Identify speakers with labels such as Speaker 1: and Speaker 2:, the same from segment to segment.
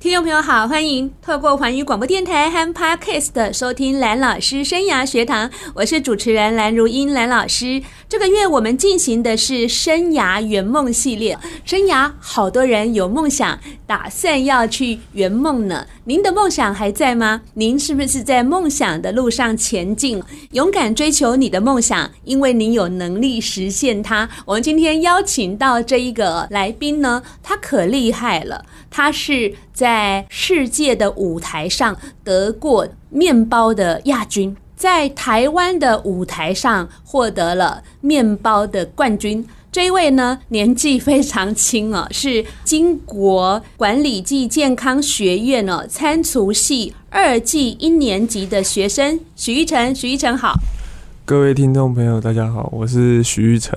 Speaker 1: 听众朋友好，欢迎透过环宇广播电台和 Podcast 收听蓝老师生涯学堂，我是主持人蓝如英，蓝老师。这个月我们进行的是生涯圆梦系列，生涯好多人有梦想，打算要去圆梦呢。您的梦想还在吗？您是不是在梦想的路上前进，勇敢追求你的梦想，因为您有能力实现它。我们今天邀请到这一个来宾呢，他可厉害了，他是在世界的舞台上得过面包的亚军，在台湾的舞台上获得了面包的冠军。这一位呢，年纪非常轻哦，是经国管理暨健康学院哦餐厨系二技一年级的学生许玉成。许玉成好，
Speaker 2: 各位听众朋友，大家好，我是徐玉成。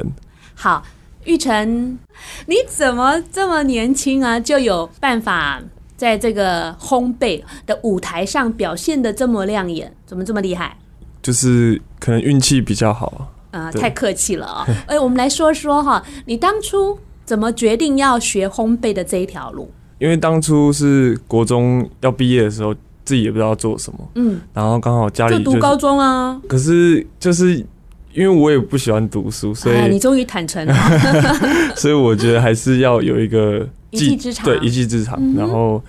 Speaker 1: 好，玉成，你怎么这么年轻啊，就有办法在这个烘焙的舞台上表现的这么亮眼？怎么这么厉害？
Speaker 2: 就是可能运气比较好，
Speaker 1: 啊、
Speaker 2: 对
Speaker 1: 太客气了哦。哎、我们来说说哈，你当初怎么决定要学烘焙的这一条 路？
Speaker 2: 因为当初是国中要毕业的时候，自己也不知道做什么，
Speaker 1: 嗯，
Speaker 2: 然后刚好家
Speaker 1: 就
Speaker 2: 里哎就
Speaker 1: 读
Speaker 2: 是，
Speaker 1: 高中啊。
Speaker 2: 可是就是因为我也不喜欢读书，所以、
Speaker 1: 哎，你终于坦诚了。
Speaker 2: 所以我觉得还是要有一个
Speaker 1: 一技之长
Speaker 2: 对一技之长。
Speaker 1: 嗯哼
Speaker 2: 然后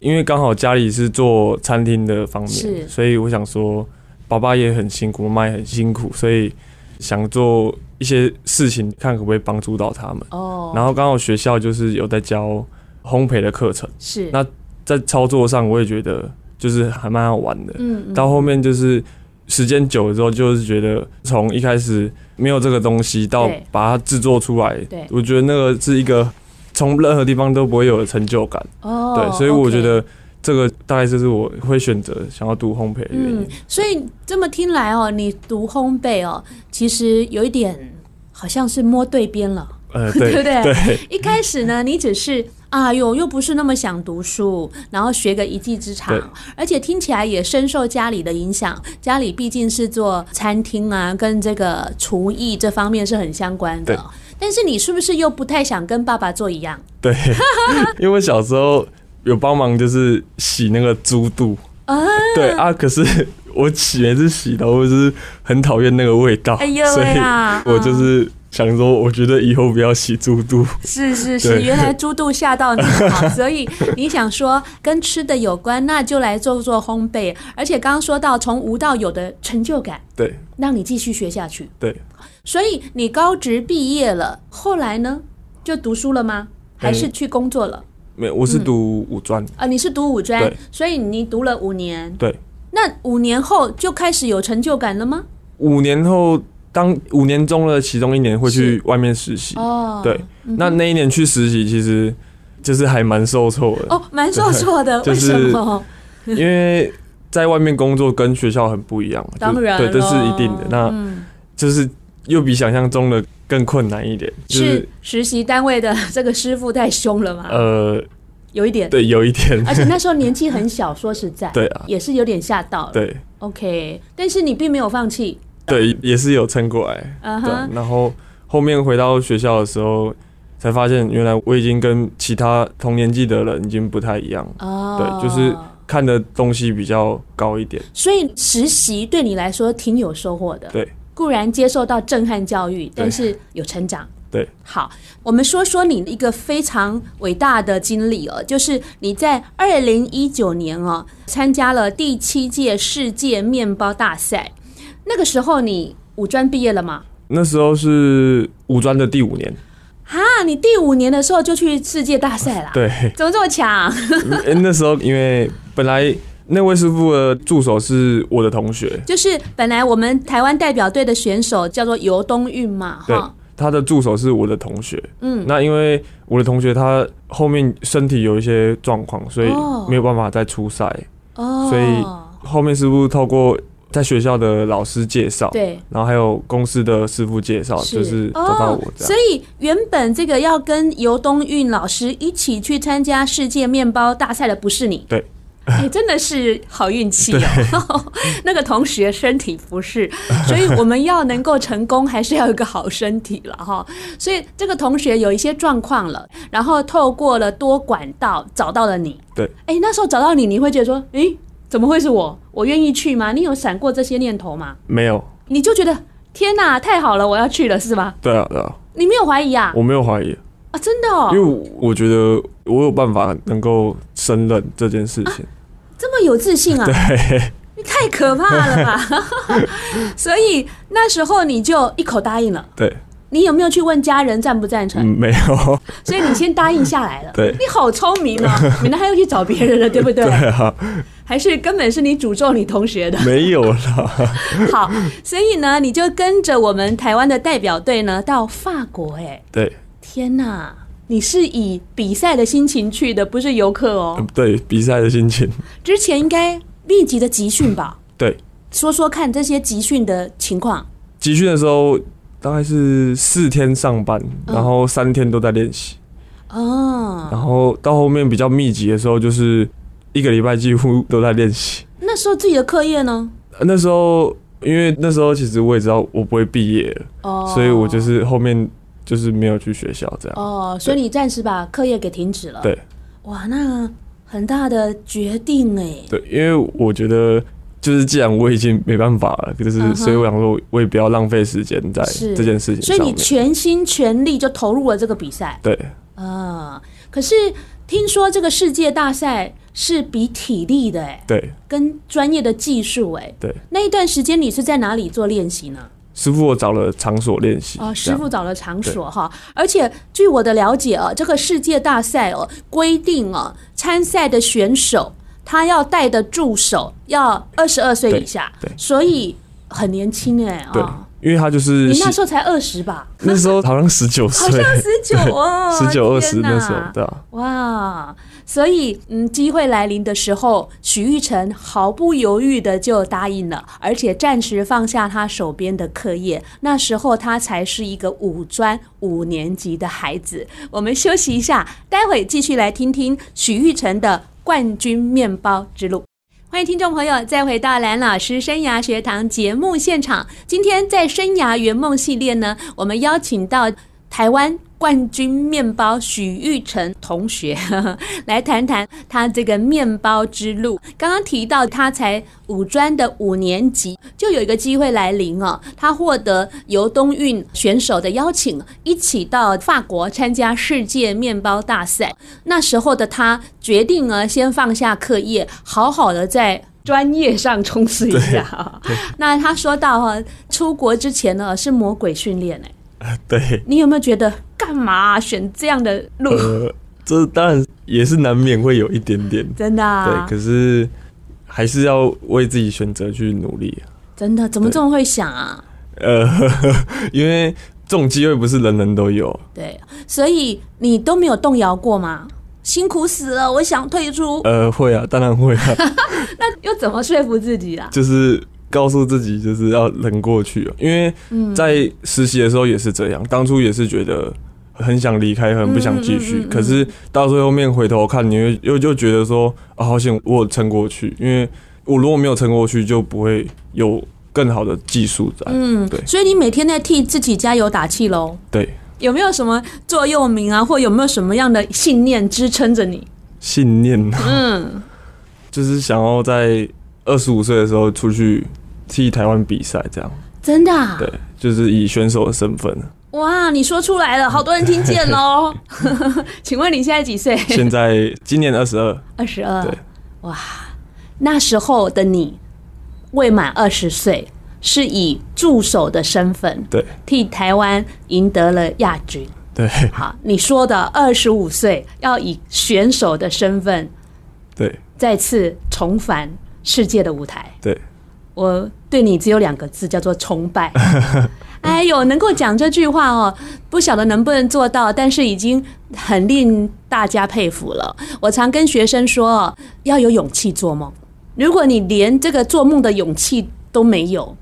Speaker 2: 因为刚好家里是做餐厅的方
Speaker 1: 是
Speaker 2: 面，所以我想说，爸爸也很辛苦，妈妈也很辛苦，所以想做一些事情，看可不可以帮助到他们。
Speaker 1: 哦，
Speaker 2: 然后刚好学校就是有在教烘焙的课程，
Speaker 1: 是，
Speaker 2: 那在操作上我也觉得就是还蛮好玩的。
Speaker 1: 嗯，
Speaker 2: 到
Speaker 1: 嗯
Speaker 2: 后面就是时间久了之后，就是觉得从一开始没有这个东西，到
Speaker 1: 对
Speaker 2: 把它制作出来
Speaker 1: 对，
Speaker 2: 我觉得那个是一个从任何地方都不会有的成就感。
Speaker 1: 哦，
Speaker 2: 对，所以我
Speaker 1: OK
Speaker 2: 觉得这个大概就是我会选择想要读烘焙的原因。
Speaker 1: 嗯，所以这么听来哦，你读烘焙哦，其实有一点好像是摸对边了。
Speaker 2: 呃，
Speaker 1: 嗯 对不
Speaker 2: 对
Speaker 1: 对
Speaker 2: 对
Speaker 1: 一开始
Speaker 2: 嗯
Speaker 1: 呢，你只是啊哟，又不是那么想读书，然后学个一技之
Speaker 2: 对
Speaker 1: 长，而且听起来也深受家里的影响。家里毕竟是做餐厅啊，跟这个厨艺这方面是很相关的
Speaker 2: 对。
Speaker 1: 但是你是不是又不太想跟爸爸做一样？
Speaker 2: 对， 因为我小时候有帮忙就是洗那个猪肚，
Speaker 1: 啊，
Speaker 2: 对啊，可是我洗每次洗头我就是很讨厌那个味道，
Speaker 1: 哎呦
Speaker 2: 所
Speaker 1: 喂
Speaker 2: 以
Speaker 1: 呀！
Speaker 2: 我就是想说，我觉得以后不要洗猪肚。
Speaker 1: 是是是，
Speaker 2: 对
Speaker 1: 原来猪肚吓到你 了，所以你想说跟吃的有关，那就来做做烘焙。而且刚刚说到从无到有的成就感，
Speaker 2: 对
Speaker 1: 让你继续学下去。
Speaker 2: 对，
Speaker 1: 所以你高职毕业了，后来呢就读书了吗？
Speaker 2: 哎
Speaker 1: 还是去工作了？
Speaker 2: 没有，我是读五专，
Speaker 1: 啊，你是读五专
Speaker 2: 对，
Speaker 1: 所以你读了五年。
Speaker 2: 对，
Speaker 1: 那五年后就开始有成就感了吗？
Speaker 2: 五年后当五年中的其中一年会去外面实习，
Speaker 1: 哦，
Speaker 2: 对，那那一年去实习其实就是还蛮受挫的，
Speaker 1: 哦，蛮受挫的，
Speaker 2: 就
Speaker 1: 为
Speaker 2: 是
Speaker 1: 什么？
Speaker 2: 因为在外面工作跟学校很不一样，就
Speaker 1: 当然
Speaker 2: 对，这是一
Speaker 1: 咯
Speaker 2: 定的，那
Speaker 1: 嗯
Speaker 2: 就是又比想象中的更困难一点，就是
Speaker 1: 实习单位的这个师傅太凶了吗？
Speaker 2: 呃，
Speaker 1: 有一点，
Speaker 2: 对，有 一点，
Speaker 1: 而且那时候年纪很小，说实在，
Speaker 2: 对啊，
Speaker 1: 也是有点吓到了。
Speaker 2: 对
Speaker 1: OK，但是你并没有放弃，
Speaker 2: 对，也是有撑过来。
Speaker 1: 嗯
Speaker 2: 对啊
Speaker 1: 哼，，
Speaker 2: 然后后面回到学校的时候，才发现原来我已经跟其他同年纪的人已经不太一样，
Speaker 1: 哦，
Speaker 2: 对就是看的东西比较高一点。
Speaker 1: 所以实习对你来说挺有收获的。
Speaker 2: 对，
Speaker 1: 固然接受到震撼教育，但是有成长。
Speaker 2: 对，
Speaker 1: 好，我们说说你一个非常伟大的经历哦，就是你在二零一九年哦，参加了第七届世界面包大赛，那个时候你五专毕业了吗？
Speaker 2: 那时候是五专的第五年，
Speaker 1: 哈，你第五年的时候就去世界大赛啦？，
Speaker 2: 对，
Speaker 1: 怎么这么强？
Speaker 2: 诶那时候因为本来那位师傅的助手是我的同学，
Speaker 1: 就是本来我们台湾代表队的选手叫做尤东运嘛，
Speaker 2: 对
Speaker 1: 哈，
Speaker 2: 他的助手是我的同学，
Speaker 1: 嗯，
Speaker 2: 那因为我的同学他后面身体有一些状况，所以
Speaker 1: 哦
Speaker 2: 没有办法再出赛。
Speaker 1: 哦，
Speaker 2: 所以后面师傅透过在学校的老师介绍，
Speaker 1: 对。哦
Speaker 2: 然后还有公司的师傅介绍，哦就是找到我这
Speaker 1: 所
Speaker 2: 样。
Speaker 1: 以原本这个要跟尤东运老师一起去参加世界面包大赛的不是你，
Speaker 2: 对，
Speaker 1: 哎，真的是好运气 哦。 那个同学身体不适，所以我们要能够成功，还是要有一个好身体了哈。所以这个同学有一些状况了，然后透过了多管道找到了你。
Speaker 2: 对，
Speaker 1: 哎，那时候找到你，你会觉得说，诶，怎么会是我？我愿意去吗？你有闪过这些念头吗？
Speaker 2: 没有，
Speaker 1: 你就觉得天哪，太好了，我要去了，是吧？
Speaker 2: 对啊对啊，
Speaker 1: 你没有怀疑啊？
Speaker 2: 我没有怀疑，
Speaker 1: 啊，真的哦
Speaker 2: 因，为我觉得我有办法能够胜任这件事 情。
Speaker 1: 这么有自信啊！
Speaker 2: 对，
Speaker 1: 你太可怕了吧！ 所以那时候你就一口答应了。
Speaker 2: 对，
Speaker 1: 你有没有去问家人赞不赞成？
Speaker 2: 嗯，没有，
Speaker 1: 所以你先答应下来了。
Speaker 2: 对
Speaker 1: 你好聪明 哦，免得他又去找别人了，对不对？
Speaker 2: 对啊，
Speaker 1: 还是根本是你诅咒你同学的。
Speaker 2: 没有啦。
Speaker 1: 好，所以呢，你就跟着我们台湾的代表队呢到法国、哎，
Speaker 2: 对，
Speaker 1: 天哪！你是以比赛的心情去的，不是游客
Speaker 2: 嗯
Speaker 1: 哦。
Speaker 2: 对，比赛的心情，
Speaker 1: 之前应该密集的集训吧？
Speaker 2: 对，
Speaker 1: 说说看这些集训的情况。
Speaker 2: 集训的时候大概是四天上班，
Speaker 1: 嗯
Speaker 2: 然后三天都在练习，
Speaker 1: 哦，
Speaker 2: 然后到后面比较密集的时候，就是一个礼拜几乎都在练习。
Speaker 1: 那时候自己的课业呢？
Speaker 2: 呃那时候，因为那时候其实我也知道我不会毕业了，
Speaker 1: 哦，
Speaker 2: 所以我就是后面就是没有去学校这样。
Speaker 1: 哦，所以你暂时把课业给停止了。
Speaker 2: 对，
Speaker 1: 哇，那很大的决定哎。
Speaker 2: 对，因为我觉得就是既然我已经没办法了，就是、
Speaker 1: 嗯哼
Speaker 2: 所以我想说，我也不要浪费时间在
Speaker 1: 是
Speaker 2: 这件事情
Speaker 1: 所以
Speaker 2: 上
Speaker 1: 你
Speaker 2: 面。
Speaker 1: 全心全力就投入了这个比赛
Speaker 2: 对，
Speaker 1: 啊、可是听说这个世界大赛是比体力的哎，
Speaker 2: 对，
Speaker 1: 跟专业的技术哎。
Speaker 2: 对。
Speaker 1: 那一段时间你是在哪里做练习呢？
Speaker 2: 师傅我找了场所练习。
Speaker 1: 哦，
Speaker 2: 这
Speaker 1: 师
Speaker 2: 样
Speaker 1: 傅找了场所哈，而且据我的了解啊，这个世界大赛哦规定哦，参赛的选手他要带的助手要二十二岁以下
Speaker 2: 对，对
Speaker 1: 所以很年轻哎
Speaker 2: 对
Speaker 1: 啊，，
Speaker 2: 因为他就是
Speaker 1: 你那时候才二十 吧？
Speaker 2: 那时候好像十九
Speaker 1: 好
Speaker 2: 岁
Speaker 1: 像，十九哦，
Speaker 2: 十九二十
Speaker 1: 天哪
Speaker 2: 那时候，对啊，
Speaker 1: 哇，所以嗯，机会来临的时候，许玉成毫不犹豫的就答应了，而且暂时放下他手边的课业。那时候他才是一个五专五年级的孩子。我们休息一下，待会继续来听听许玉成的冠军面包之路。欢迎听众朋友再回到蓝老师生涯学堂节目现场。今天在生涯圆梦系列呢，我们邀请到台湾冠军面包许玉成同学 来谈谈他这个面包之路。刚刚提到他才五专的五年级，就有一个机会来临哦，他获得由冬运选手的邀请，一起到法国参加世界面包大赛。那时候的他决定呢，先放下课业，好好的在。专业上冲刺一下啊！ 那他说到哈、出国之前呢是魔鬼训练哎、
Speaker 2: 对，
Speaker 1: 你有没有觉得干嘛、选这样的路？
Speaker 2: 呃，这当然也是难免会有一点点，
Speaker 1: 真的、啊
Speaker 2: 对，，可是还是要为自己选择去努力啊。
Speaker 1: 真的，怎么这么会想啊？
Speaker 2: 呃， 因为这种机会不是人人都有，
Speaker 1: 对，所以你都没有动摇过吗？辛苦死了，我想退出，
Speaker 2: 呃，会啊，当然会啊，
Speaker 1: 那又怎么说服自己啊？
Speaker 2: 就是告诉自己就是要忍过去啊，因为
Speaker 1: 嗯
Speaker 2: 在实习的时候也是这样，当初也是觉得。很想离开，很不想继
Speaker 1: 嗯
Speaker 2: 续，
Speaker 1: 嗯嗯嗯嗯
Speaker 2: 可是到最后面回头看，你会又就觉得说啊，好险我有撑过去，因为我如果没有撑过去，就不会有更好的技术在。
Speaker 1: 嗯，
Speaker 2: 对
Speaker 1: 所以你每天在替自己加油打气喽。
Speaker 2: 对，
Speaker 1: 有没有什么座右铭啊，或有没有什么样的信念支撑着你？
Speaker 2: 信念
Speaker 1: 嗯，
Speaker 2: 就是想要在二十五岁的时候出去替台湾比赛，这样
Speaker 1: 真的、啊？
Speaker 2: 对，就是以选手的身份。
Speaker 1: 哇，你说出来了，好多人听见喽。 请问你现在几岁？
Speaker 2: 现在今年二十二，
Speaker 1: 二十二
Speaker 2: 对。
Speaker 1: 哇，那时候的你未满二十岁，是以助手的身份
Speaker 2: 对
Speaker 1: 替台湾赢得了亚军。
Speaker 2: 对
Speaker 1: 好，你说的二十五岁要以选手的身份
Speaker 2: 对
Speaker 1: 再次重返世界的舞台，
Speaker 2: 对，
Speaker 1: 我对你只有两个字，叫做崇拜。哎呦，能够讲这句话哦，不晓得能不能做到，但是已经很令大家佩服了。我常跟学生说哦，要有勇气做梦。如果你连这个做梦的勇气都没有，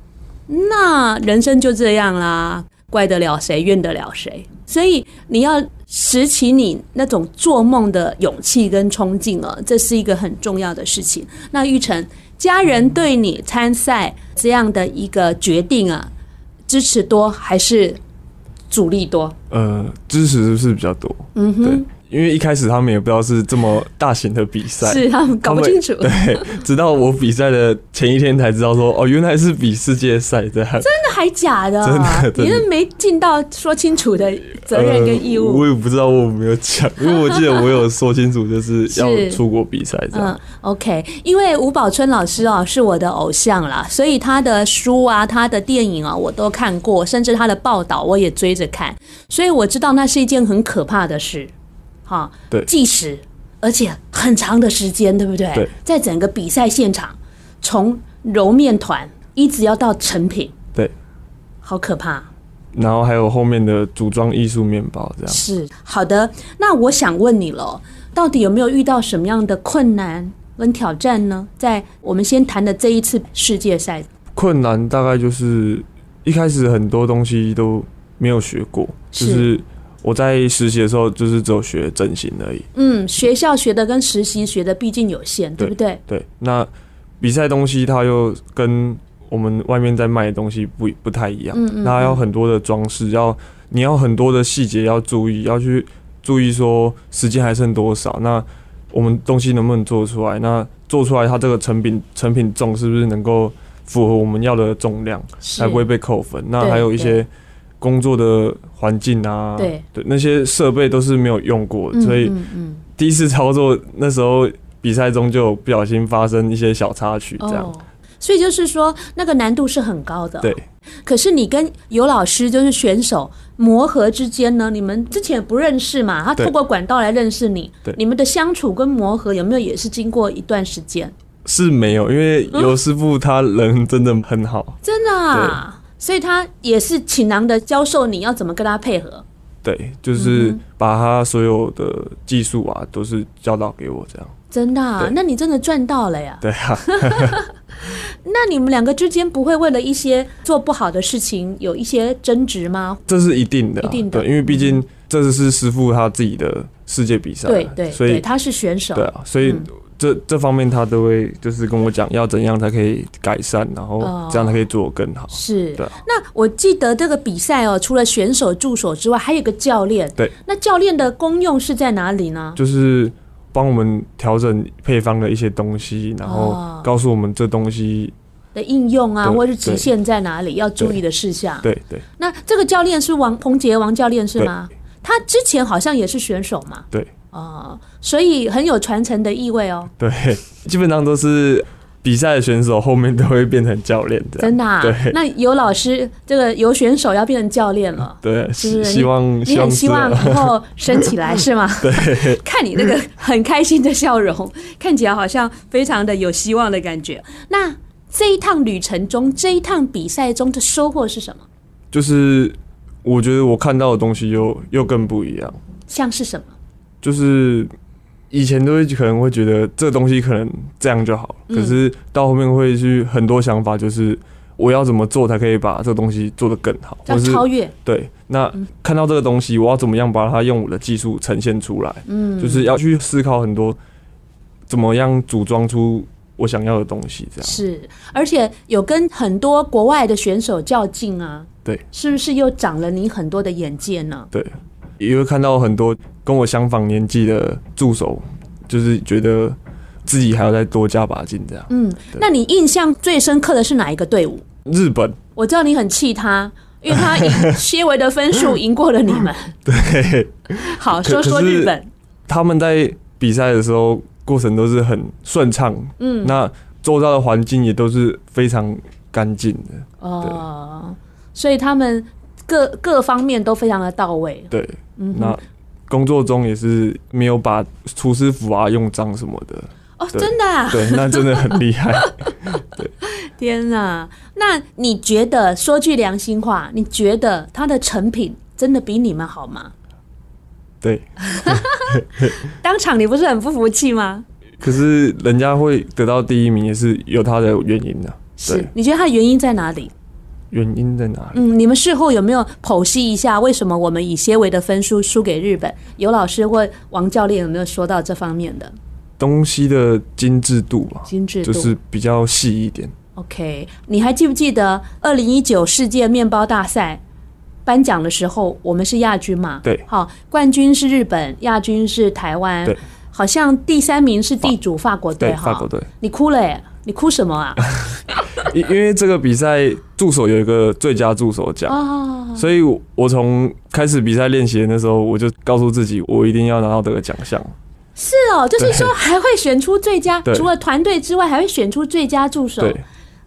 Speaker 1: 那人生就这样啦。怪得了谁，怨得了谁。所以你要拾起你那种做梦的勇气跟冲劲哦，这是一个很重要的事情。那玉成，家人对你参赛这样的一个决定啊，支持多还是阻力多？
Speaker 2: 呃，支持是比较多，
Speaker 1: 嗯
Speaker 2: 对
Speaker 1: 哼，，
Speaker 2: 因为一开始他们也不知道是这么大型的比赛，
Speaker 1: 是他们搞不
Speaker 2: 他
Speaker 1: 清
Speaker 2: 们
Speaker 1: 楚。
Speaker 2: 对，直到我比赛的前一天才知道说，哦，原来是比世界赛这样，
Speaker 1: 真的还假的、啊？
Speaker 2: 真的真的
Speaker 1: 你是没尽到说清楚的 责任跟义
Speaker 2: 呃
Speaker 1: 务。
Speaker 2: 我也不知道我有没有讲，因为我记得我有说清楚，就是要
Speaker 1: 是
Speaker 2: 出国比赛这样。
Speaker 1: 嗯，OK，因为吴宝春老师哦是我的偶像啦，所以他的书啊、他的电影啊我都看过，甚至他的报道我也追着看，所以我知道那是一件很可怕的事，哈，
Speaker 2: 对
Speaker 1: 计时，而且很长的时间，对不对？
Speaker 2: 对
Speaker 1: 在整个比赛现场，从揉面团一直要到成品，
Speaker 2: 对，
Speaker 1: 好可怕。
Speaker 2: 然后还有后面的组装艺术面包这样。
Speaker 1: 是好的，那我想问你了，到底有没有遇到什么样的困难跟挑战呢？在我们先谈的这一次世界赛，
Speaker 2: 困难大概就是一开始很多东西都没有学过，
Speaker 1: 是
Speaker 2: 就是我在实习的时候就是只有学整形而已。
Speaker 1: 嗯，学校学的跟实习学的毕竟有限，对
Speaker 2: 对
Speaker 1: 不对？
Speaker 2: 对，那比赛东西它又跟我们外面在卖的东西不不太一样，
Speaker 1: 嗯嗯
Speaker 2: 那要
Speaker 1: 嗯
Speaker 2: 很多的装饰，要你要很多的细节要注意，要去注意说时间还剩多少，那我们东西能不能做出来？那做出来它这个成品成品重是不是能够符合我们要的重量？
Speaker 1: 是
Speaker 2: 才不会被扣分。那
Speaker 1: 对
Speaker 2: 还有一
Speaker 1: 对
Speaker 2: 些工作的环境啊，
Speaker 1: 对
Speaker 2: 那些设备都是没有用过的，
Speaker 1: 嗯
Speaker 2: 所以
Speaker 1: 嗯嗯，
Speaker 2: 第一次操作那时候比赛中就有不小心发生一些小插曲，这样、
Speaker 1: 哦，所以就是说那个难度是很高的，
Speaker 2: 对。
Speaker 1: 可是你跟尤老师就是选手磨合之间呢，你们之前也不认识嘛，他
Speaker 2: 对
Speaker 1: 透过管道来认识你
Speaker 2: 对，
Speaker 1: 你们的相处跟磨合有没有也是经过一段时间？
Speaker 2: 是没有，因为尤师傅他人真的很 好，
Speaker 1: 真的、啊，所以他也是倾囊的教授你要怎么跟他配合。
Speaker 2: 对，就是把他所有的技术啊都是教导给我这样，
Speaker 1: 真的、啊
Speaker 2: 对，
Speaker 1: 那你真的赚到了呀！
Speaker 2: 对啊，
Speaker 1: 那你们两个之间不会为了一些做不好的事情有一些争执吗？
Speaker 2: 这是一定的啊、
Speaker 1: 一定的
Speaker 2: 对，因为毕竟这是师傅他自己的世界比赛啊，
Speaker 1: 对对
Speaker 2: 所以
Speaker 1: 对，他是选手
Speaker 2: 对，啊，所以
Speaker 1: 嗯
Speaker 2: 这、这方面他都会就是跟我讲要怎样才可以改善，然后
Speaker 1: 哦
Speaker 2: 这样才可以做得更好。
Speaker 1: 是
Speaker 2: 对啊。
Speaker 1: 那我记得这个比赛哦，除了选手助手之外，还有个教练。
Speaker 2: 对，
Speaker 1: 那教练的功用是在哪里呢？
Speaker 2: 就是帮我们调整配方的一些东西，然
Speaker 1: 哦
Speaker 2: 后告诉我们这东西，
Speaker 1: 的应用啊，
Speaker 2: 对
Speaker 1: 或者是极限在哪里，要注意的事项。
Speaker 2: 对对
Speaker 1: 那这个教练是王彭杰王教练是吗？他之前好像也是选手嘛。
Speaker 2: 对。
Speaker 1: 哦，所以很有传承的意味哦，
Speaker 2: 对， 基本上都是比赛的选手后面都会变成教练这样。
Speaker 1: 真的、啊
Speaker 2: 对。
Speaker 1: 那有老师，这个有选手要变成教练了。
Speaker 2: 对，
Speaker 1: 是
Speaker 2: 希希望
Speaker 1: 你
Speaker 2: 希
Speaker 1: 很
Speaker 2: 望
Speaker 1: 希
Speaker 2: 是
Speaker 1: 望
Speaker 2: 啊
Speaker 1: 以后升起来是 吗？对， 看你那个很开心的笑容， 看起来好像非常的有希望的感觉。那这一趟旅程中，这一趟比赛中的收获是什么？
Speaker 2: 就是我觉得我看到的东西又又更不一样，
Speaker 1: 像是什么？
Speaker 2: 就是以前都会可能会觉得这个东西可能这样就好了，
Speaker 1: 嗯
Speaker 2: 可是到后面会去很多想法，就是我要怎么做才可以把这个东西做得更好，
Speaker 1: 叫
Speaker 2: 或是
Speaker 1: 超越，
Speaker 2: 对。那看到这个东西，我要怎么样把它用我的技术呈现出来，
Speaker 1: 嗯，
Speaker 2: 就是要去思考很多怎么样组装出我想要的东西，这样
Speaker 1: 是，而且有跟很多国外的选手较劲啊，
Speaker 2: 对，
Speaker 1: 是不是又长了你很多的眼界呢？
Speaker 2: 对。也会看到很多跟我相仿年纪的助手，就是觉得自己还要再多加把劲，这样。
Speaker 1: 嗯，那你印象最深刻的是哪一个队伍？
Speaker 2: 日本
Speaker 1: 我知道你很气他，因为他以些微的分数赢过了你 们。
Speaker 2: 对，
Speaker 1: 好，
Speaker 2: 可
Speaker 1: 说说
Speaker 2: 可是
Speaker 1: 日本，
Speaker 2: 他们在比赛的时候过程都是很顺畅，
Speaker 1: 嗯，
Speaker 2: 那周遭的环境也都是非常干净的，
Speaker 1: 哦，所以他们各各方面都非常的到位。
Speaker 2: 对，
Speaker 1: 嗯哼，
Speaker 2: 那。工作中也是没有把厨师服啊用脏什么的，
Speaker 1: 哦，
Speaker 2: 对
Speaker 1: 真的、啊，
Speaker 2: 对，那真的很厉害。
Speaker 1: 天哪！那你觉得说句良心话，你觉得他的成品真的比你们好吗？
Speaker 2: 对，
Speaker 1: 当场你不是很不服气吗？
Speaker 2: 可是人家会得到第一名也是有他的原因的、
Speaker 1: 是
Speaker 2: 对，
Speaker 1: 你觉得它的原因在哪里？
Speaker 2: 原因在哪里？
Speaker 1: 嗯，你们事后有没有剖析一下，为什么我们以些微的分数输给日本？有老师或王教练有没有说到这方面的
Speaker 2: 东西的精致度嘛，
Speaker 1: 精致度？
Speaker 2: 就是比较细一点。
Speaker 1: OK，你还记不记得二零一九世界面包大赛颁奖的时候，我们是亚军嘛？
Speaker 2: 对
Speaker 1: 好，冠军是日本，亚军是台湾，
Speaker 2: 对，
Speaker 1: 好像第三名是地主法国队
Speaker 2: 对，
Speaker 1: 哈。
Speaker 2: 法国队，
Speaker 1: 你哭了耶？你哭什么啊？
Speaker 2: 因因为这个比赛助手有一个最佳助手奖，
Speaker 1: 啊，
Speaker 2: 所以我我从开始比赛练习的那时候，我就告诉自己，我一定要拿到这个奖项。
Speaker 1: 是哦，就是说还会选出最佳，
Speaker 2: 对
Speaker 1: 除了团队之外，还会选出最佳助手。
Speaker 2: 对，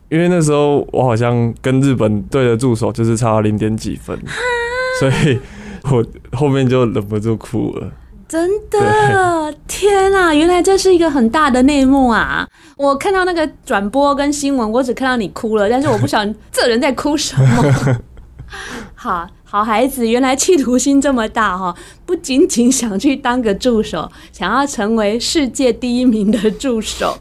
Speaker 2: 因为那时候我好像跟日本队的助手就是差零点几分，所以我后面就忍不住哭了。
Speaker 1: 真的，天啊！原来这是一个很大的内幕啊！我看到那个转播跟新闻，我只看到你哭了，但是我不晓得这人在哭什么。好好孩子，原来企图心这么大哈、不仅仅想去当个助手，想要成为世界第一名的助手，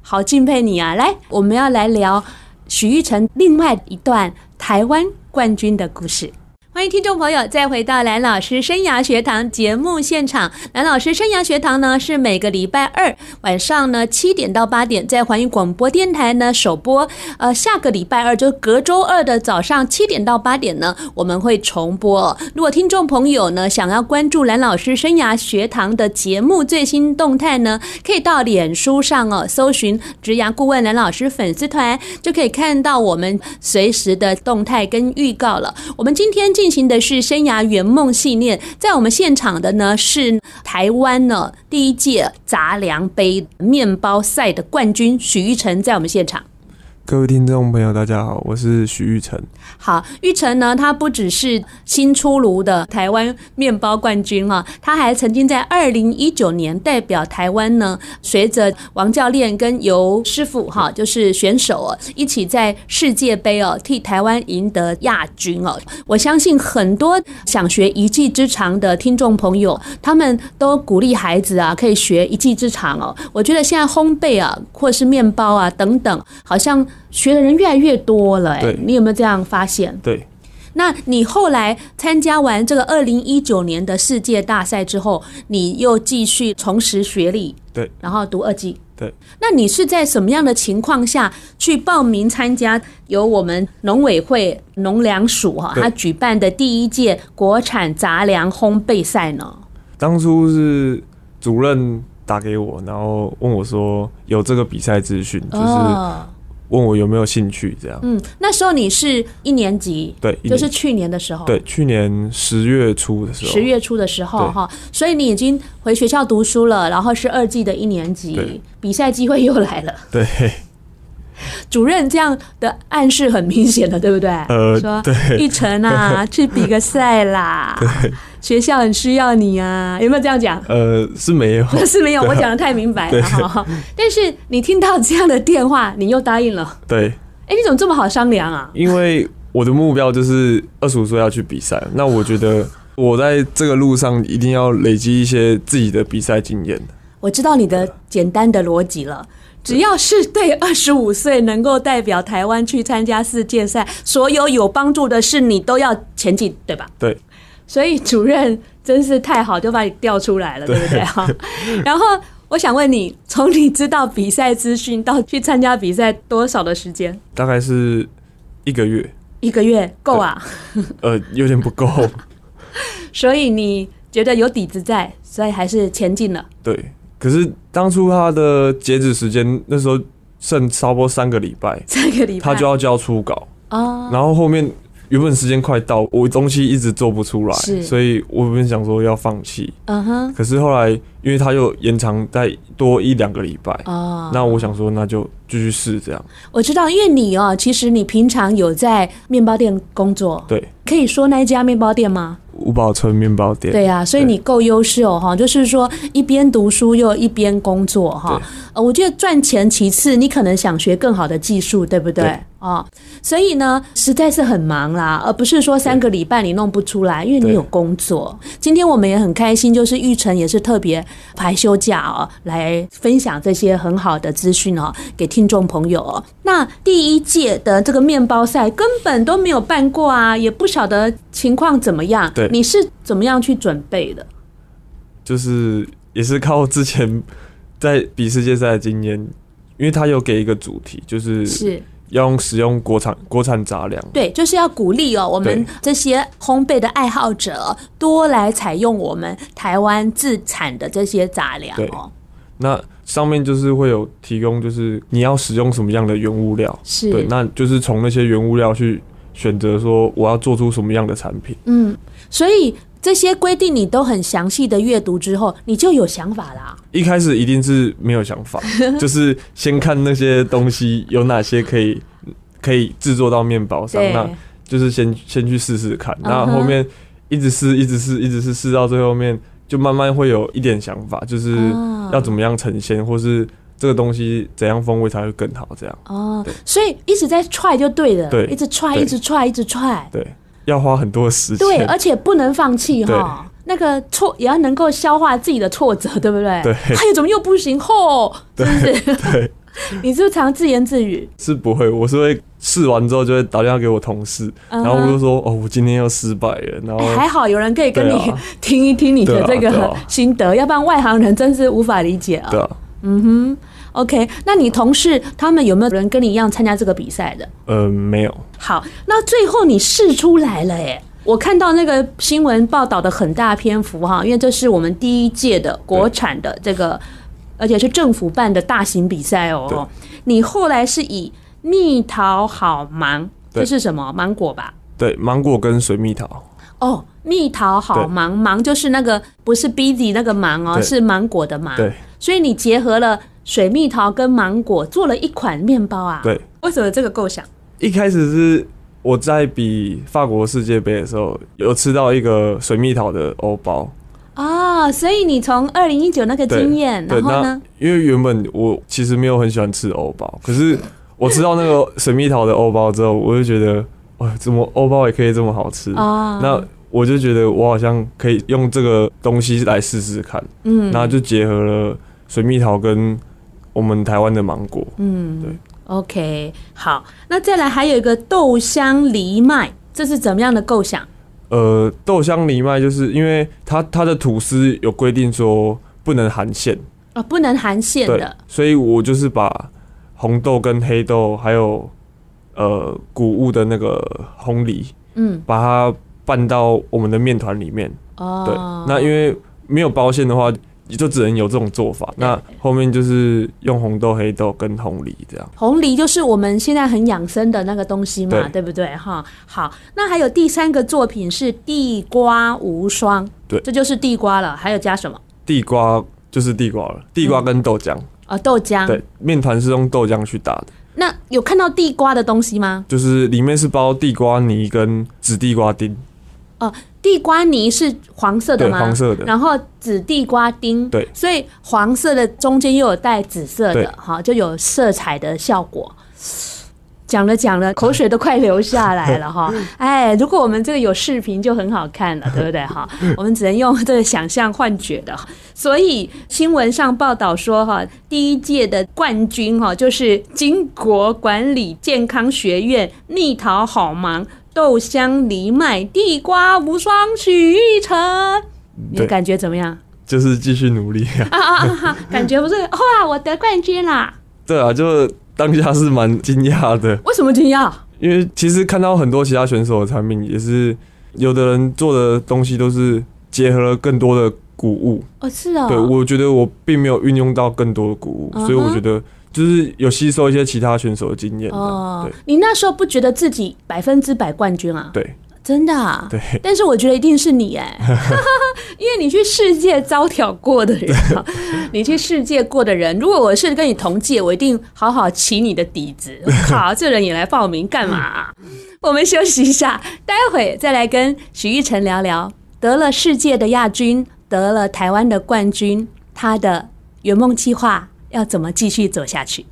Speaker 1: 好敬佩你啊！来，我们要来聊许玉成另外一段台湾冠军的故事。欢迎听众朋友再回到蓝老师生涯学堂节目现场。蓝老师生涯学堂呢是每个礼拜二晚上呢七点到八点在环宇广播电台呢首播，呃，下个礼拜二就隔周二的早上七点到八点呢我们会重播哦。如果听众朋友呢想要关注蓝老师生涯学堂的节目最新动态呢，可以到脸书上哦搜寻“职涯顾问蓝老师”粉丝团，就可以看到我们随时的动态跟预告了。我们今天进行的是生涯圆梦系列，在我们现场的呢是台湾呢第一届杂粮杯面包赛的冠军许玉成，在我们现场。
Speaker 2: 各位听众朋友，大家好，我是许玉成。
Speaker 1: 好，玉成呢，他不只是新出炉的台湾面包冠军啊，他还曾经在二零一九年代表台湾呢，随着王教练跟尤师傅哈、就是选手哦，一起在世界杯哦替台湾赢得亚军哦。我相信很多想学一技之长的听众朋友，他们都鼓励孩子啊可以学一技之长哦。我觉得现在烘焙啊，或是面包啊等等，好像学的人越来越多了、哎
Speaker 2: 对，
Speaker 1: 你有没有这样发现？
Speaker 2: 对，
Speaker 1: 那你后来参加完这个二零一九年的世界大赛之后，你又继续重拾学历，
Speaker 2: 对，
Speaker 1: 然后读二技，
Speaker 2: 对。
Speaker 1: 那你是在什么样的情况下去报名参加由我们农委会农粮署哈、
Speaker 2: 对
Speaker 1: 他举办的第一届国产杂粮烘焙赛呢？
Speaker 2: 当初是主任打给我，然后问我说有这个比赛资讯，就是
Speaker 1: 哦，
Speaker 2: 问我有没有兴趣这样。
Speaker 1: 嗯，那时候你是一年级，
Speaker 2: 对，一
Speaker 1: 就
Speaker 2: 年
Speaker 1: 是去年的时候，
Speaker 2: 对，去年十月初的时候，
Speaker 1: 十月初的时候
Speaker 2: 对
Speaker 1: 哈，所以你已经回学校读书了，然后是二季的一年级
Speaker 2: 对，
Speaker 1: 比赛机会又来了。
Speaker 2: 对，
Speaker 1: 主任这样的暗示很明显了，对不对？
Speaker 2: 呃，
Speaker 1: 说
Speaker 2: 对，
Speaker 1: 玉成 啊，去比个赛啦，学校很需要你啊，有没有这样讲？
Speaker 2: 呃，是没有，
Speaker 1: 是没有，我讲的太明白了哈。但是你听到这样的电话，你又答应了。
Speaker 2: 对，
Speaker 1: 哎，你怎么这么好商量啊？
Speaker 2: 因为我的目标就是二十五岁要去比赛，那我 觉得我在这个路上一定要累积一些自己的比赛经验。
Speaker 1: 我知道你的简单的逻辑了。只要是对二十五岁能够代表台湾去参加世界赛，所有有帮助的事你都要前进，对吧？
Speaker 2: 对。
Speaker 1: 所以主任真是太好，就把你调出来了，对不对哈？然后我想问你，从你知道比赛资讯到去参加比赛多少的时间？
Speaker 2: 大概是一个月，
Speaker 1: 一个月够啊？
Speaker 2: 呃，有 点不够。呃
Speaker 1: 所以你觉得有底子在，所以还是前进了。
Speaker 2: 对，可是当初他的截止时间那时候剩差不多三个礼拜，
Speaker 1: 这个礼拜
Speaker 2: 他就要交初稿，
Speaker 1: 哦，
Speaker 2: 然后后面原本时间快到，我东西一直做不出来，
Speaker 1: 是
Speaker 2: 所以我原本想说要放弃，
Speaker 1: 嗯哼，
Speaker 2: 可是后来因为他又延长再多一两个礼拜，
Speaker 1: 哦，
Speaker 2: 那我想说那就继续试这样。
Speaker 1: 我知道，因为你哦，其实你平常有在面包店工作，
Speaker 2: 对，
Speaker 1: 可以说那一家面包店吗？
Speaker 2: 五宝村面包
Speaker 1: 哦
Speaker 2: 店，
Speaker 1: 对呀、所以你够优秀哈、就是说一边读书又一边工作哈、
Speaker 2: 对
Speaker 1: 呃，我觉得赚钱其次，你可能想学更好的技术，对不对？
Speaker 2: 对
Speaker 1: 哦，所以呢，实在是很忙啦，而不是说三个礼拜你弄不出来，因为你有工作。今天我们也很开心，就是玉成也是特别排休假哦，来分享这些很好的资讯哦，给听众朋友哦。那第一届的这个面包赛根本都没有办过啊，也不晓得情况怎么样。
Speaker 2: 对
Speaker 1: 你是怎么样去准备的？
Speaker 2: 就是也是靠之前在比世界赛的经验，因为他有给一个主题，就是
Speaker 1: 是
Speaker 2: 要用使用国产国产杂粮。
Speaker 1: 对，就是要鼓励哦，我们
Speaker 2: 对
Speaker 1: 这些烘焙的爱好者哦、多来采用我们台湾自产的这些杂粮
Speaker 2: 对
Speaker 1: 哦。
Speaker 2: 那上面就是会有提供，就是你要使用什么样的原物料，
Speaker 1: 是，
Speaker 2: 对，那就是从那些原物料去选择说我要做出什么样的产品。
Speaker 1: 嗯，所以这些规定你都很详细的阅读之后，你就有想法啦。
Speaker 2: 一开始一定是没有想 法，就是先看那些东西有哪些可以可以制作到面包上，那
Speaker 1: 对，
Speaker 2: 就是先先去试试看，那
Speaker 1: 嗯哼
Speaker 2: 后面一直试，一直试，一直试，试到最后面就慢慢会有一点想法，就是
Speaker 1: 啊
Speaker 2: 要怎么样呈现，或是这个东西怎样风味才会更好，这样
Speaker 1: 哦
Speaker 2: 对，
Speaker 1: 所以一直在踹就对了，
Speaker 2: 对
Speaker 1: 一直踹，
Speaker 2: 对
Speaker 1: 一直踹，一直 踹，
Speaker 2: 对，要花很多的时间，
Speaker 1: 对，而且不能放弃
Speaker 2: 对
Speaker 1: 哈。那个挫也要能够消化自己的挫折，对不对？
Speaker 2: 对
Speaker 1: 哎呀，怎么又不行？吼，是不是？
Speaker 2: 对，
Speaker 1: 你是不是常自言自语？
Speaker 2: 是不会，我是会试完之后就会打电话给我同事，
Speaker 1: 嗯哼
Speaker 2: 然后我就说哦，我今天又失败了，然后
Speaker 1: 哎还好有人可以跟你、
Speaker 2: 哦对啊
Speaker 1: 听一听你的这
Speaker 2: 对啊对
Speaker 1: 个
Speaker 2: 啊
Speaker 1: 心得，要不然外行人真是无法理解啊。
Speaker 2: 对啊，
Speaker 1: OK，那你同事他们有没有人跟你一样参加这个比赛的？
Speaker 2: 呃，没有，
Speaker 1: 好，那最后你试出来了耶！我看到那个新闻报道的很大篇幅哈，因为这是我们第一届的国产的这个，而且是政府办的大型比赛哦。你后来是以蜜桃好芒，
Speaker 2: 对
Speaker 1: 这是什么芒果吧？
Speaker 2: 对，芒果跟水蜜桃，
Speaker 1: 哦，蜜桃好
Speaker 2: 对
Speaker 1: 芒，芒就是那个不是 busy 那个芒哦，
Speaker 2: 对
Speaker 1: 是芒果的芒。
Speaker 2: 对，
Speaker 1: 所以你结合了水蜜桃跟芒果，做了一款面包啊。
Speaker 2: 对，
Speaker 1: 为什么这个构想？
Speaker 2: 一开始是我在比法国世界杯的时候，有吃到一个水蜜桃的欧包。
Speaker 1: 哦，所以你从二零一九那个经验，
Speaker 2: 对，
Speaker 1: 然后
Speaker 2: 那
Speaker 1: 呢？
Speaker 2: 因为原本我其实没有很喜欢吃欧包，可是我吃到那个水蜜桃的欧包之后，我就觉得，哇，怎么欧包也可以这么好吃？
Speaker 1: 啊，
Speaker 2: 那我就觉得我好像可以用这个东西来试试看，
Speaker 1: 嗯，
Speaker 2: 然后就结合了水蜜桃跟我们台湾的芒果。
Speaker 1: 嗯，
Speaker 2: 对
Speaker 1: OK，好，那再来还有一个豆香藜麦，这是怎么样的构想？
Speaker 2: 呃，豆香藜麦就是因为它它的吐司有规定说不能含馅，
Speaker 1: 哦，不能含馅
Speaker 2: 对
Speaker 1: 的，，
Speaker 2: 所以我就是把红豆跟黑豆还有呃谷物的那个红梨，
Speaker 1: 嗯，
Speaker 2: 把它拌到我们的面团里面。
Speaker 1: 哦，
Speaker 2: 对，那因为没有包馅的话，就只能有这种做法。那后面就是用红豆、黑豆跟红梨这样。
Speaker 1: 红梨就是我们现在很养生的那个东西嘛，
Speaker 2: 对
Speaker 1: 对不对？哈，好，那还有第三个作品是地瓜无双，
Speaker 2: 对
Speaker 1: 这就是地瓜了，还有加什么？
Speaker 2: 地瓜就是地瓜了，地瓜跟豆浆。
Speaker 1: 哦，豆浆。
Speaker 2: 对，面团是用豆浆去打的。
Speaker 1: 那有看到地瓜的东西吗？
Speaker 2: 就是里面是包地瓜泥跟紫地瓜丁，
Speaker 1: 哦地瓜泥是黄色的
Speaker 2: 对，
Speaker 1: 吗？
Speaker 2: 黄色的，
Speaker 1: 然后紫地瓜丁，
Speaker 2: 对
Speaker 1: 所以黄色的中间又有带紫色
Speaker 2: 对
Speaker 1: 的，哈，就有色彩的效果。讲了讲 了，口水都快流下来了哈！哎，如果我们这个有视频就很好看了，对不对 哈？我们只能用这个想象幻觉的。所以新闻上报道说哈，第一届的冠军哈就是经国管理健康学院蜜桃好芒豆香藜麦地瓜无双许玉成。你的
Speaker 2: 嗯对
Speaker 1: 感觉怎么 样？
Speaker 2: 就是继续努力 啊。
Speaker 1: 啊啊啊啊！感觉不是哇，我得冠军啦！
Speaker 2: 对啊，就当下是蛮惊讶的，
Speaker 1: 为什么惊讶？
Speaker 2: 因为其实看到很多其他选手的产品，也是有的人做的东西都是结合了更多的谷物。
Speaker 1: 哦，是哦，
Speaker 2: 对，我觉得我并没有运用到更多的谷物，
Speaker 1: 嗯哼
Speaker 2: 所以我觉得就是有吸收一些其他选手的经验啊的。
Speaker 1: 哦
Speaker 2: 对，
Speaker 1: 你那时候不觉得自己百分之百冠军啊？
Speaker 2: 对
Speaker 1: 真的、啊。
Speaker 2: 对，
Speaker 1: 但是我觉得一定是你哎、 因为你去世界招挑过的人、啊，你去世界过的人，如果我是跟你同届，我一定好好起你的底子。我靠，这人也来报名干嘛啊、我们休息一下，待会再来跟许玉成聊聊得了世界的亚军，得了台湾的冠军，他的圆梦计划要怎么继续走下去。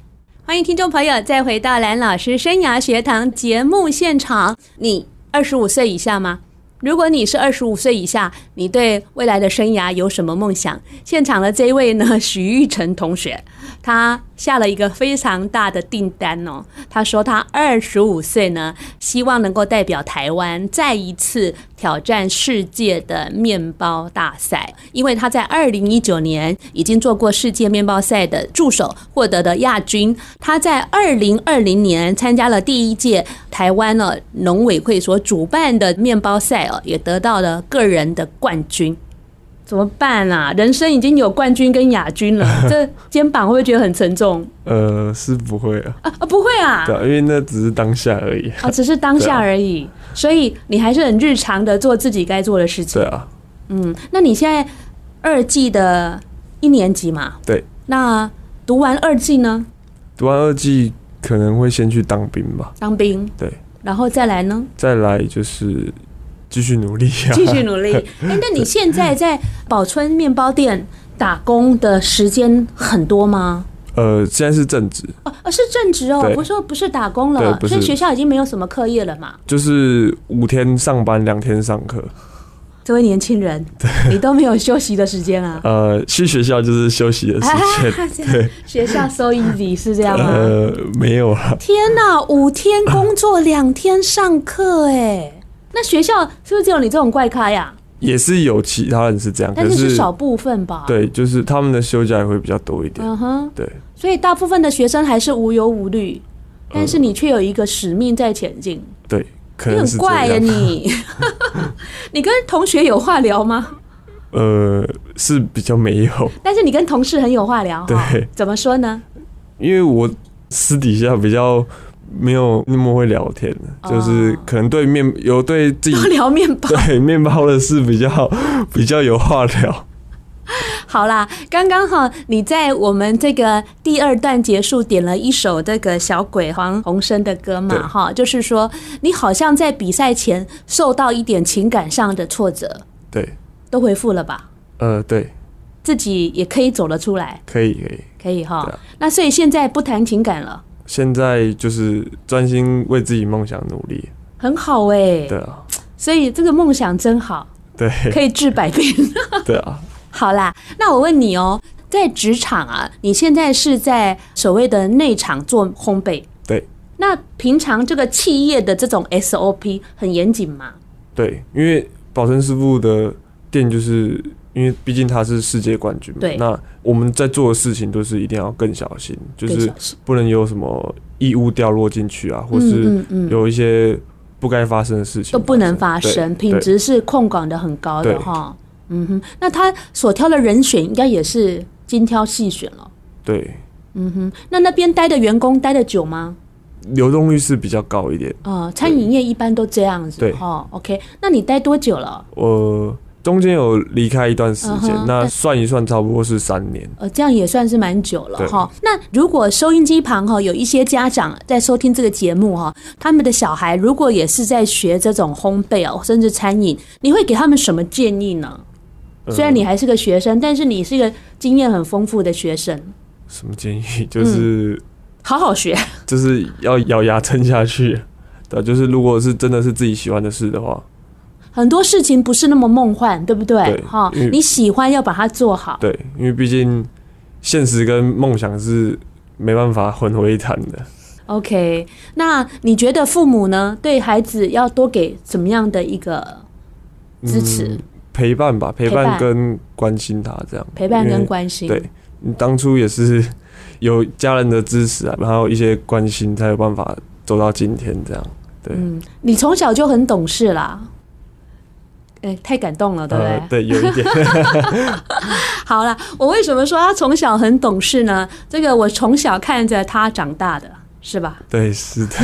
Speaker 1: 欢迎听众朋友再回到蓝老师生涯学堂节目现场。你二十五岁以下吗？如果你是二十五岁以下，你对未来的生涯有什么梦想？现场的这一位呢，许玉成同学，他下了一个非常大的订单哦。他说他二十五岁呢，希望能够代表台湾再一次挑战世界的面包大赛，因为他在二零一九年已经做过世界面包赛的助手，获得的亚军。他在二零二零年参加了第一届台湾呢农委会所主办的面包赛哦，也得到了个人的冠军。怎么办啊？人生已经有冠军跟亚军 了，这肩膀会不会觉得很沉重
Speaker 2: 呃，是不会啊，
Speaker 1: 啊？啊不会啊，
Speaker 2: 对啊，因为那只是当下而已。
Speaker 1: 啊，只是当下而已。所以你还是很日常的做自己该做的事情
Speaker 2: 对。啊，
Speaker 1: 嗯，那你现在二季的一年级嘛？
Speaker 2: 对。
Speaker 1: 那读完二季呢？
Speaker 2: 读完二季可能会先去当兵吧，
Speaker 1: 当兵。
Speaker 2: 对。
Speaker 1: 然后再来 呢？
Speaker 2: 再来就是继续努力啊。
Speaker 1: 继续努力。哎、那你现在在宝春面包店打工的时间很多吗？
Speaker 2: 呃，现在是正职，
Speaker 1: 哦，哦是正职哦，
Speaker 2: 对
Speaker 1: 不是说不是打工
Speaker 2: 对
Speaker 1: 了，
Speaker 2: 不是
Speaker 1: 所以学校已经没有什么课业了嘛。
Speaker 2: 就是五天上班，两天上课。
Speaker 1: 这位年轻人，你都没有休息的时间啊！
Speaker 2: 呃，去学校 就是休息的时 间。
Speaker 1: 啊，这样学校 so easy 是这样吗？
Speaker 2: 呃，没有啦，
Speaker 1: 天呐，五天工作，两天上课，哎，那学校是不是只有你这种怪咖呀？
Speaker 2: 也是有其他人是这样，
Speaker 1: 但
Speaker 2: 可
Speaker 1: 是是
Speaker 2: 是
Speaker 1: 少部分吧。，
Speaker 2: 对，就是他们的休假也会比较多一点。
Speaker 1: 嗯哼，
Speaker 2: 对，
Speaker 1: 所以大部分的学生还是无忧无虑，但是你却有一个使命在前进，
Speaker 2: 对，呃可
Speaker 1: 你
Speaker 2: 能
Speaker 1: 很
Speaker 2: 是这
Speaker 1: 怪呀、啊
Speaker 2: 样。
Speaker 1: 你。 你跟同学有话聊吗？
Speaker 2: 呃，是比较没有，
Speaker 1: 但是你跟同事很有话聊哈
Speaker 2: 对？
Speaker 1: 怎么说呢？
Speaker 2: 因为我私底下比较没有那么会聊天的，就是
Speaker 1: 哦
Speaker 2: 可能对面有对自己
Speaker 1: 都聊面包。
Speaker 2: 对面包的事比较 比较有话聊。
Speaker 1: 好啦，刚刚好你在我们这个第二段结束点了一首这个小鬼黄鸿升的歌嘛，
Speaker 2: 对
Speaker 1: 哈，就是说你好像在比赛前受到一点情感上的挫折，
Speaker 2: 对，
Speaker 1: 都回复了吧？
Speaker 2: 呃，对，
Speaker 1: 自己也可以走了出来，
Speaker 2: 可以可以。
Speaker 1: 可以哈。
Speaker 2: 对啊
Speaker 1: 那所以现在不谈情感了，
Speaker 2: 现在就是专心为自己梦想努力。
Speaker 1: 很好哎、
Speaker 2: 对啊，
Speaker 1: 所以这个梦想真好，
Speaker 2: 对
Speaker 1: 可以治百病。
Speaker 2: 对啊，
Speaker 1: 好啦，那我问你哦，在职场啊，你现在是在所谓的内场做烘焙，
Speaker 2: 对。
Speaker 1: 那平常这个企业的这种 SOP 很严谨吗？
Speaker 2: 对，因为宝成师傅的店就是。因为毕竟他是世界冠军嘛
Speaker 1: 对，
Speaker 2: 那我们在做的事情都是一定要更小心，就是
Speaker 1: 更小心
Speaker 2: 不能有什么异物掉落进去啊，或是
Speaker 1: 嗯嗯嗯，
Speaker 2: 有一些不该发生的事情
Speaker 1: 都不能发
Speaker 2: 对
Speaker 1: 生，
Speaker 2: 对
Speaker 1: 品质是控管的很高的
Speaker 2: 对
Speaker 1: 哈。嗯哼，那他所挑的人选应该也是精挑细选了。
Speaker 2: 对
Speaker 1: 嗯哼，那那边待的员工待的久吗？
Speaker 2: 流动率是比较高一点。
Speaker 1: 呃，餐饮业一般都这样子
Speaker 2: 对
Speaker 1: 哈。OK，那你待多久了？
Speaker 2: 我中间有离开一段时间
Speaker 1: 嗯哼
Speaker 2: 那算一算差不多是三年。
Speaker 1: 呃，这样也算是蛮久了
Speaker 2: 对
Speaker 1: 哈。那如果收音机旁哈有一些家长在收听这个节目哈，他们的小孩如果也是在学这种烘焙哦，甚至餐饮，你会给他们什么建议呢？
Speaker 2: 呃
Speaker 1: 虽然你还是个学生，但是你是一个经验很丰富的学生，
Speaker 2: 什么建议，就是、
Speaker 1: 嗯好好学。
Speaker 2: 就是要咬牙撑下去。对，啊就是如果是真的是自己喜欢的事的话，
Speaker 1: 很多事情不是那么梦幻，对不对
Speaker 2: 对？
Speaker 1: 哈
Speaker 2: 因为，
Speaker 1: 你喜欢要把它做好。
Speaker 2: 对，因为毕竟现实跟梦想是没办法混为一谈的。
Speaker 1: OK，那你觉得父母呢对孩子要多给怎么样的一个支持、
Speaker 2: 嗯陪伴吧，陪
Speaker 1: 陪
Speaker 2: 伴
Speaker 1: 伴
Speaker 2: 跟关心他这样，
Speaker 1: 陪伴
Speaker 2: 因
Speaker 1: 跟
Speaker 2: 为
Speaker 1: 关心？
Speaker 2: 对你当初也是有家人的支持啊，然后一些关心，才有办法走到今天这样。对，
Speaker 1: 嗯，你从小就很懂事啦。哎、太感动了，对不对？
Speaker 2: 呃，对，有一 点，
Speaker 1: 好了，我为什么说他从小很懂事呢？这个我从小看着他长大的，是吧？
Speaker 2: 对，是的，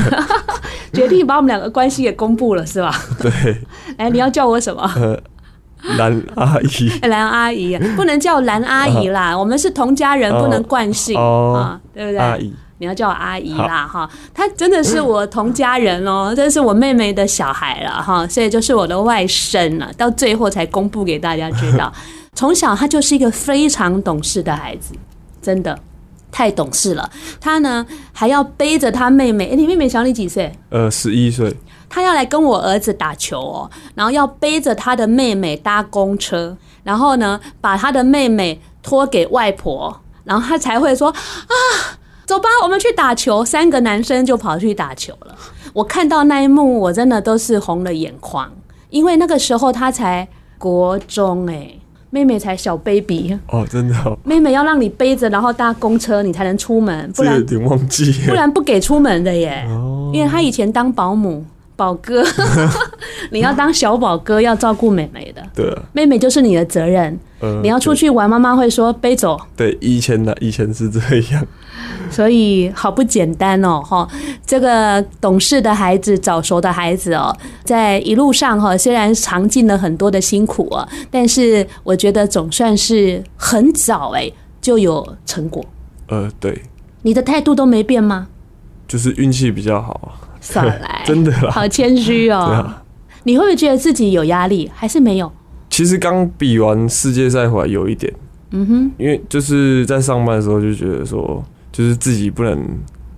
Speaker 1: 决定把我们两个关系给公布了，是吧？
Speaker 2: 对，
Speaker 1: 哎，你要叫我什么？
Speaker 2: 呃， 蓝阿 姨，
Speaker 1: 哎蓝阿姨，不能叫蓝阿姨啦，我们是同家人，
Speaker 2: 哦
Speaker 1: 不能惯姓、
Speaker 2: 哦
Speaker 1: 嗯啊，对不对？
Speaker 2: 阿姨，
Speaker 1: 你要叫我阿姨啦哈，她真的是我同家人哦，这是我妹妹的小孩了哈，所以就是我的外甥了，到最后才公布给大家知道。从小她就是一个非常懂事的孩子，真的。太懂事了，他呢还要背着他妹妹，诶你妹妹小你几岁？
Speaker 2: 呃，十一岁，
Speaker 1: 他要来跟我儿子打球哦，然后要背着他的妹妹搭公车，然后呢，把他的妹妹托给外婆，然后他才会说啊，走吧，我们去打球。三个男生就跑去打球了。我看到那一幕，我真的都是红了眼眶，因为那个时候他才国中哎、妹妹才小 baby，
Speaker 2: 哦，真的、哦，
Speaker 1: 妹妹要让你背着，然后搭公车你才能出门，不
Speaker 2: 这个
Speaker 1: 然
Speaker 2: 有点忘记耶，
Speaker 1: 不然不给出门的耶。
Speaker 2: 哦
Speaker 1: 因为他以前当保姆，宝哥， 你要当小宝哥，要照顾妹妹的，
Speaker 2: 对啊，
Speaker 1: 妹妹就是你的责任。
Speaker 2: 呃，
Speaker 1: 你要出去玩，妈妈会说背走，
Speaker 2: 对，对以前呢，以前是这样，
Speaker 1: 所以好不简单哦，哈！这个懂事的孩子、早熟的孩子哦，在一路上哈，虽然尝尽了很多的辛苦哦，但是我觉得总算是很早哎就有成果。
Speaker 2: 呃，对，
Speaker 1: 你的态度都没变吗？
Speaker 2: 就是运气比较好啊，
Speaker 1: 少来
Speaker 2: ，真的啦，
Speaker 1: 哎好谦虚哦。
Speaker 2: 对啊
Speaker 1: 你会不会觉得自己有压力，还是没有？
Speaker 2: 其实刚比完世界赛回来有一点，嗯哼，因为就是在上班的时候就觉得说，就是自己不能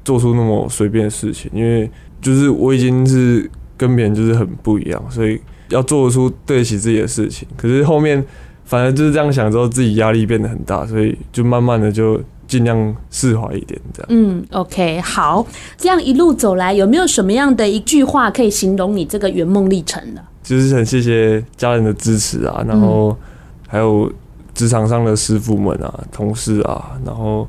Speaker 2: 做出那么随便的事情，因为就是我已经是跟别人就是很不一样，所以要做出对得起自己的事情。可是后面反而就是这样想之后，自己压力变得很大，所以就慢慢的就尽量释怀一点这样。
Speaker 1: 嗯，OK，好，这样一路走来，有没有什么样的一句话可以形容你这个圆梦历程的？
Speaker 2: 就是很谢谢家人的支持啊，然后还有职场上的师傅们啊、同事啊，然后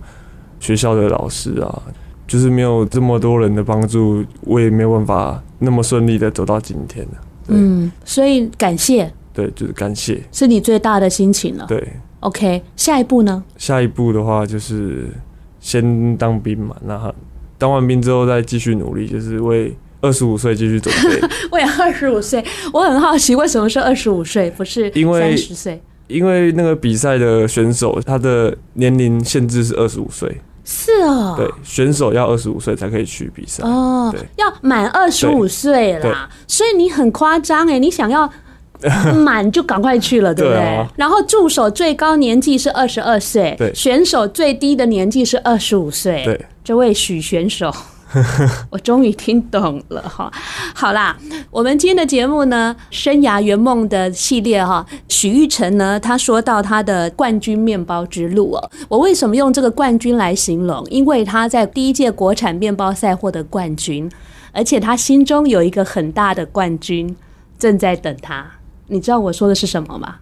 Speaker 2: 学校的老师啊，就是没有这么多人的帮助，我也没有办法那么顺利的走到今天的、对
Speaker 1: 嗯，所以感谢
Speaker 2: 对，就是感谢。
Speaker 1: 是你最大的心情了。
Speaker 2: 对，
Speaker 1: OK，下一步呢？
Speaker 2: 下一步的话就是先当兵嘛，那当完兵之后再继续努力，就是为二十五岁继续准备。
Speaker 1: 我也二十五岁，我很好奇为什么是二十五岁，不是
Speaker 2: 因为
Speaker 1: 三十岁？
Speaker 2: 因为那个比赛的选手，他的年龄限制是二十五岁，
Speaker 1: 是哦，
Speaker 2: 对，选手要二十五岁才可以去比赛。
Speaker 1: 哦
Speaker 2: 对，
Speaker 1: 要满二十五岁
Speaker 2: 对
Speaker 1: 啦，所以你很夸张哎，你想 要满就赶快去了，对不对？
Speaker 2: 对啊
Speaker 1: 然后助手最高年纪是二十二岁，
Speaker 2: 对
Speaker 1: 选手最低的年纪是二十五岁，
Speaker 2: 对，
Speaker 1: 这位许选手。我终于听懂了哈，好啦，我们今天的节目呢，生涯圆梦的系列哈，许玉成呢，他说到他的冠军面包之路哦，我为什么用这个冠军来形容？因为他在第一届国产面包赛获得冠军，而且他心中有一个很大的冠军正在等他。你知道我说的是什么吗？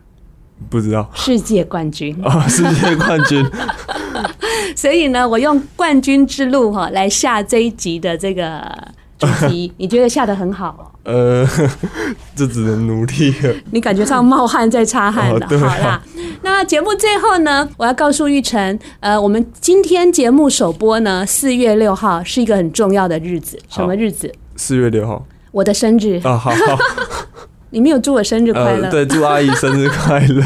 Speaker 2: 不知道
Speaker 1: 世界冠军。
Speaker 2: 啊，世界冠军
Speaker 1: 所以呢，我用冠军之路哈、来下这一集的这个主 题，你觉得下得很好哦？
Speaker 2: 呃， 这只能努力了。
Speaker 1: 你感觉上冒汗在擦汗了，
Speaker 2: 哦对啊
Speaker 1: 好啦。那节目最后呢，我要告诉玉成，呃，我们今天节目首播呢，四月六号是一个很重要的日子，什么日子？
Speaker 2: 四月六号
Speaker 1: 我的生日，
Speaker 2: 啊，好 好，
Speaker 1: 你没有祝我生日快乐。
Speaker 2: 呃，对，祝阿姨生日快乐。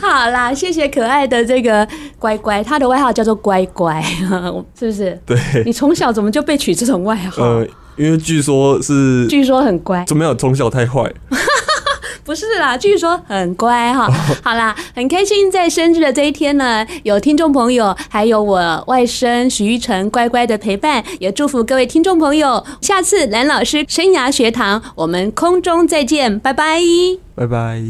Speaker 1: 好啦，谢谢可爱的这个乖乖，他的外号叫做乖乖， 是不是？
Speaker 2: 对，
Speaker 1: 你从小怎么就被取这种外号？
Speaker 2: 呃，因为据说是
Speaker 1: 据说很乖，
Speaker 2: 怎么有从小太坏，
Speaker 1: 不是啦，据说很乖哈。 好啦，很开心在生日的这一天呢，有听众朋友，还有我外甥许玉成乖乖的陪伴，也祝福各位听众朋友，下次蓝老师生涯学堂，我们空中再见，拜拜。
Speaker 2: 拜拜。